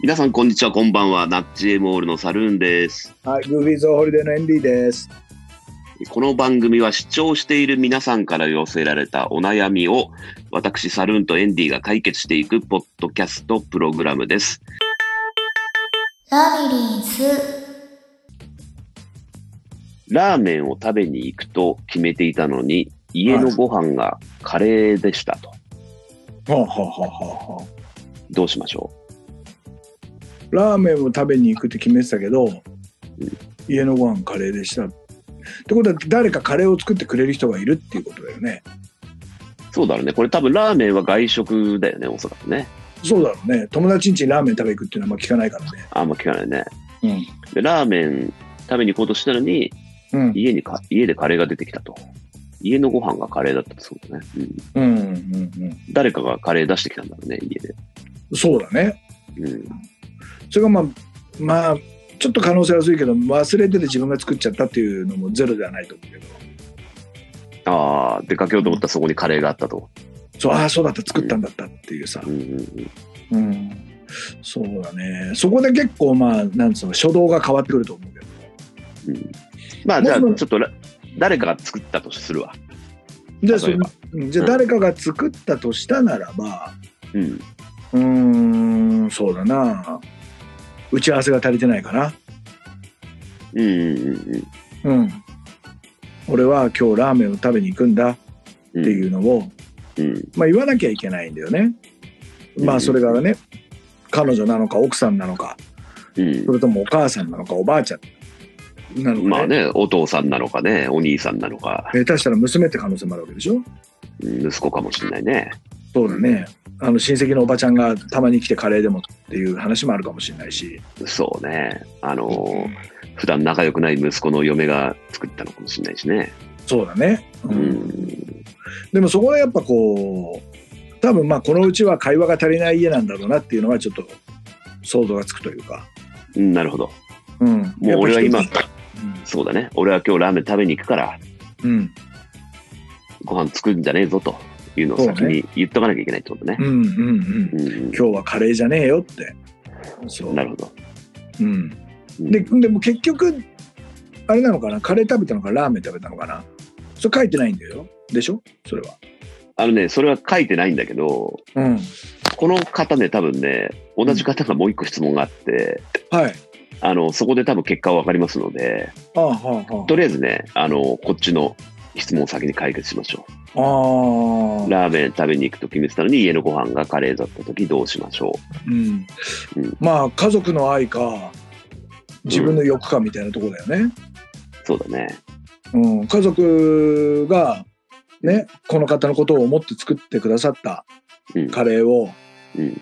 皆さん、こんにちは、こんばんは。ナッチエモールのサルーンです。はい、グービーズホリデーのエンディです。この番組は視聴している皆さんから寄せられたお悩みを、私、サルーンとエンディが解決していくポッドキャストプログラムです。ラビリンス。ラーメンを食べに行くと決めていたのに、家のご飯がカレーでしたと。はあ、はあはあはあ、どうしましょラーメンを食べに行くって決めてたけど、家のご飯カレーでした。ってことは誰かカレーを作ってくれる人がいるっていうことだよね。うそうだろうね。これ多分ラーメンは外食だよね、おそらくね。そうだろうね。友達ん家にラーメン食べに行くっていうのはあんま聞かないからね。あんま聞かないね。で、ラーメン食べに行こうとしたのに、うん。家にか、家でカレーが出てきたと。家のご飯がカレーだったってそうだね。うん。うん。うん。うん。誰かがカレー出してきたんだろうね、家で。そうだね。うん。それがまあ、まあ、ちょっと可能性は薄いけど、忘れてて自分が作っちゃったっていうのもゼロではないと思うけど。ああ、出かけようと思ったらそこにカレーがあったと。そう、ああ、そうだった、作ったんだったっていうさう。んうんうん。うん、そうだね。そこで結構まあなんつうの初動が変わってくると思うけど。うん、まあ、じゃあ、ちょもっうとら誰かが作ったとするわ。じゃあ例えばそのうんじゃあうん誰かが作ったとしたならば、うん。うーん、そうだな。打ち合わせが足りてないかな。うんうんうんうん。俺は今日ラーメンを食べに行くんだっうん。ていうのを、うん。まあ言わなきゃいけないんだよね。まあそれからね、彼女なのか奥さんなのか、うんそ。れともお母さんなのかおばあちゃんなのか、ね。まあね、お父さんなのかね、お兄さんなのか、下手したら娘って可能性もあるわけでしょうん息子かもしれないね。そうだね。あの親戚のおばちゃんがたまに来てカレーでもっていう話もあるかもしれないし、そうね。あのー、普段仲良くない息子の嫁が作ったのかもしれないしね。そうだね、ううんん。でもそこでやっぱこう多分まあこのうちは会話が足りない家なんだろうなっていうのはちょっと想像がつくというか、うんなるほど。うん、もう俺は今やっぱ一そうだね。俺は今日ラーメン食べに行くから、つうんご飯作るんじゃねえぞというのを先に言っとかなきゃいけないってことねうん。うんうんうんうん今日はカレーじゃねえよってそうなるほど。うん、うんででも結局あれなのかなカレー食べたのかラーメン食べたのかなそれ書いてないんだよでしょそれはあのね、それは書いてないんだけど、うんこの方ね、多分ね、同じ方がもう一個質問があって、はいあの、そこで多分結果は分かりますので、ああはあはあとりあえずね、あの、こっちの質問を先に解決しましょああう。、ラーメン食べに行くと決めてたのに、家のご飯がカレーだった時どうしましょうんうん、まあ家族の愛か自分の欲かみたいなとこだよね、う。そうだね。うん、家族がねこの方のことを思って作ってくださったうん。カレーをうん。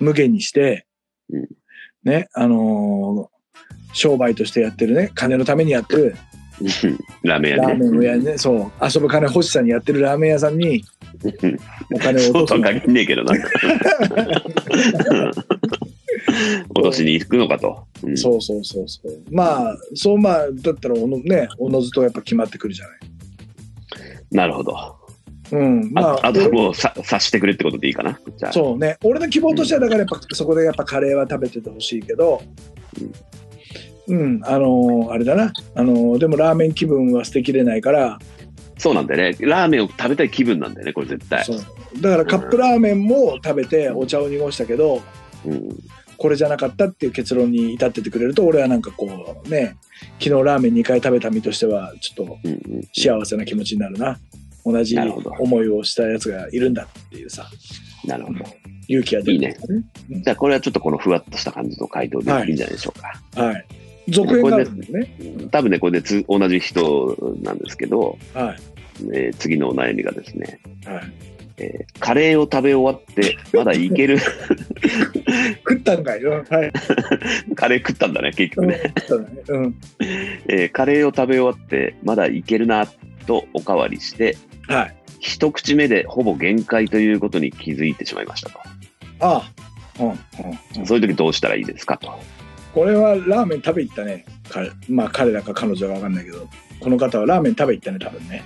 無限にして、うんねあのー商売としてやってるね金のためにやってるラーメンラ屋ーメン屋ね。ね、そう遊ぶ金欲しさにやってるラーメン屋さんにうんお金をそ落うととすはの限んねえけど な。うん落としに行くのかと。うんそうそうそうそうまあそうまあだったらおのねおのずとやっぱ決まってくるじゃないなるほど。うんまあああとはもうさ察してくれってことでいいかな。じゃあ。そうね俺の希望としてはだからやっぱ、そこでやっぱカレーは食べててほしいけどうん、あのーあれだな、あのーでもラーメン気分は捨てきれないから、そうなんだよね。ラーメンを食べたい気分なんだよね、これ絶対。そうだからカップラーメンも食べてお茶を濁したけどうん、これじゃなかったっていう結論に至っててくれると俺はなんかこうね昨日ラーメン2回食べた身としてはちょっとうん、うん。幸せな気持ちになるな同じなるほど思いをしたやつがいるんだっていうさなるほど。勇気が出るんですよねじゃあ、これはちょっとこのふわっとした感じの回答ではいいいんじゃないでしょうか。はい続編があるんですね多分ね、これでつ同じ人なんですけど、はいえー次のお悩みがですね、はいえーカレーを食べ終わって、まだいける、 食ったんかいよ。はい。カレー食ったんだね、結局ね。食ったね。うん。えーカレーを食べ終わって、まだいけるな、とおかわりして、はい。一口目でほぼ限界ということに気づいてしまいましたと。ああ。うん。うん。そういう時どうしたらいいですかと。これはラーメン食べ行ったね。彼まあ彼らか彼女かわかんないけど、この方はラーメン食べ行ったね、多分ね。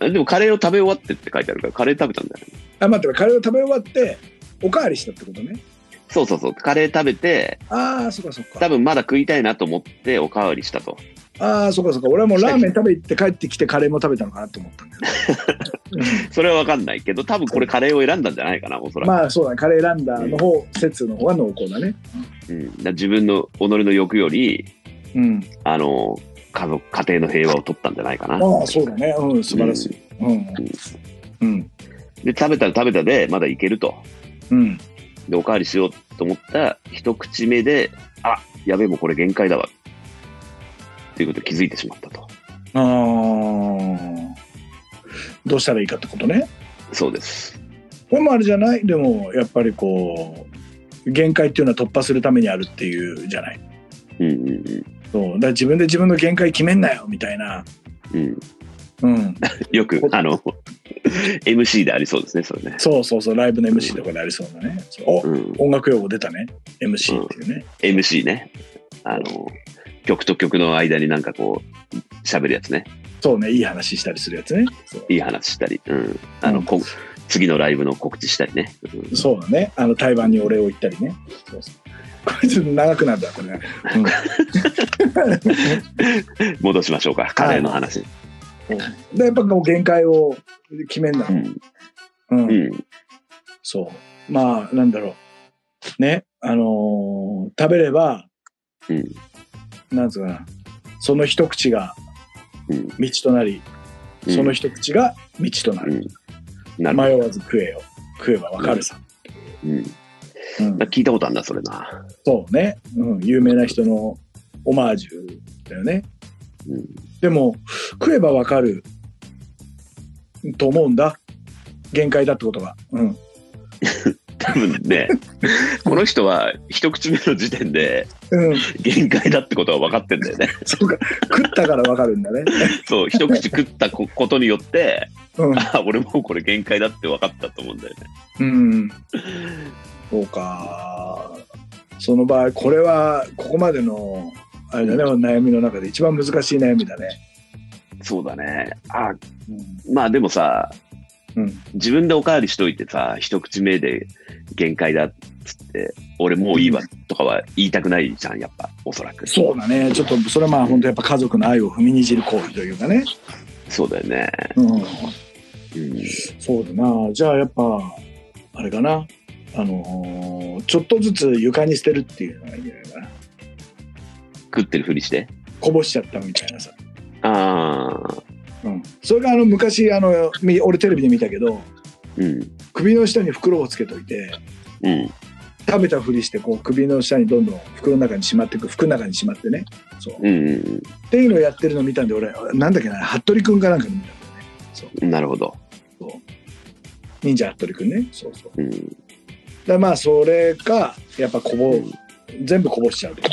えでもカレーを食べ終わってって書いてあるから、カレー食べたんだよね。あ、待って、カレーを食べ終わって、おかわりしたってことね。そうそうそう、カレー食べて、ああ、そっかそっか。多分まだ食いたいなと思っておかわりしたと。ああ、そっかそっか。俺はもうラーメン食べ行って帰ってきてカレーも食べたのかなと思ったんだよね。 それはわかんないけど、多分これカレーを選んだんじゃないかな、おそらく。まあそうだね、カレーランダーの方、説の方が濃厚だね。うん、だから自分の己の欲より、うん。あの、家族、家庭の平和を取ったんじゃないかな。ああ、そうだね。うん、素晴らしい。うん。うん。で、食べたら食べたで、まだいけると。うん。で、おかわりしようと思った一口目で、あ、やべえ、もうこれ限界だわ。っていうことに気づいてしまったと。ああ。どうしたらいいかってことね。そうです。これもあれじゃないでも、やっぱりこう、限界っていうのは突破するためにあるっていうじゃない。うんうんうんそう。だから自分で自分の限界決めんなよ、みたいな。うん、うん。よく、あの、MC でありそうですね、それね。そうそうそう、ライブの MC とかでありそうだね。おうん、音楽用語出たね。MC っていうね。 MC ね。あの、曲と曲の間になんかこう、喋るやつね。そうね、いい話したりするやつね。そういい話したり、うん。あの、こ次のライブの告知したりね。うんそうだね。あの、台湾にお礼を言ったりね。そうそうこれちょっと長くなるんだ、これね。戻しましょうか、カレーの話。で、やっぱもう限界を決めんなう。ん。うん。うん。そう。まあ、なんだろう。ね。あのー食べれば、うん。なんつうかな。その一口がうん道となり、うんその一口が道となうる。ん。なるほ迷わず食えよ。食えばわかるさ。ど。うん。うんな聞いたことあるんだ、それな。そうね、うん、有名な人のオマージュだよね。うん。でも食えばわかると思うんだ限界だってことが。うん、多分ね、この人は一口目の時点でうん、限界だってことは分かってんだよね。そうか食ったからわかるんだね。そう、一口食ったこことによって、うんあ、俺もうこれ限界だって分かったと思うんだよね。うん、そうかその場合これはここまでのあれだね、悩みの中で一番難しい悩みだね。そうだね。あ、うんまあでもさ、うん、自分でおかわりしといてさ、一口目で限界だっつって、俺もういいわとかは言いたくないじゃん、やっぱ、おそらく。そうだねちょっとそれはまあ本当やっぱ家族の愛を踏みにじる行為というかね。そうだよね。うんうん。そうだなじゃあやっぱあれかなあのーちょっとずつ床に捨てるっていうのがいいんじゃないかな食ってるふりして。こぼしちゃったみたいなさ、ああ、うん、それがあの昔あのみ俺テレビで見たけどうん、首の下に袋をつけといてうん、食べたふりしてこう首の下にどんどん袋の中にしまっていく服の中にしまってねそううんうんっていうのをやってるの見たんで俺なんだっけな服部君かなんかの見たんだよねうん。なるほど。そう忍者服部君ねそうそううん、だまあそれかやっぱこぼ、全部こぼしちゃうとか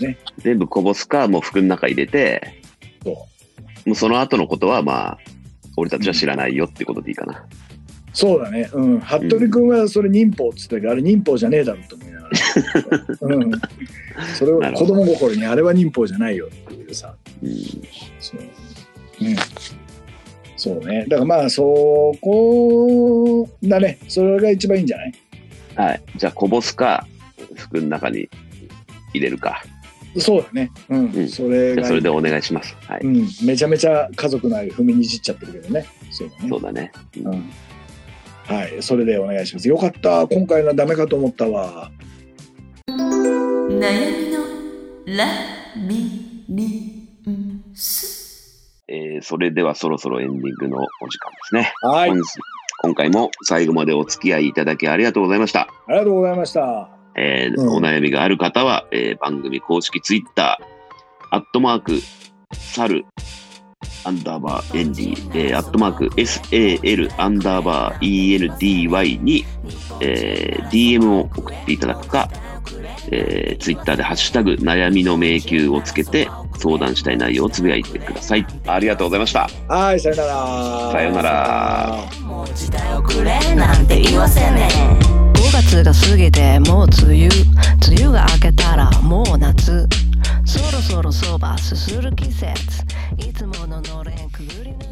ね全部こぼすか、もう服の中入れて、そうもうその後のことはまあ、俺たちは知らないよってことでいいかな。そうだね、うん、服部君はそれ忍法っつったけど、あれ忍法じゃねえだろうと思いながら、うん、それ をなる子ほど供心にあれは忍法じゃないよっていうさうん、そう,、うん、そうねだからまあそこだねそれが一番いいんじゃないはい。じゃあ、こぼすか、服の中に入れるか。そうだね、うんうんそれじゃあがそれでお願いします。はうい。ん、めちゃめちゃ家族の愛を踏みにじっちゃってるけどねそうだねそうだね。うんうんはいそれでお願いしますよかった今回のはダメかと思ったわ悩みのラビリンスえーそれではそろそろエンディングのお時間ですね。はいあ本日今回も最後までお付き合いいただきありがとうございました。りがとうございましたえーうんお悩みがある方は、えー番組公式ツイッター、アットマーク、サル、アンダーバー、エンディ、えー、アットマーク、SAL、アンダーバー、ENDY に、えー DM を送っていただくか、えー、ツイッターでハッシュタグ、悩みの迷宮をつけて、相談したい内容をつぶやいてください。ありがとうございました。はい、さよなら。さよなら。もう時代遅れなんて言わせねえ5月が過ぎてもう梅雨梅雨が明けたらもう夏そろそろそばすする季節いつもののれんくぐり抜け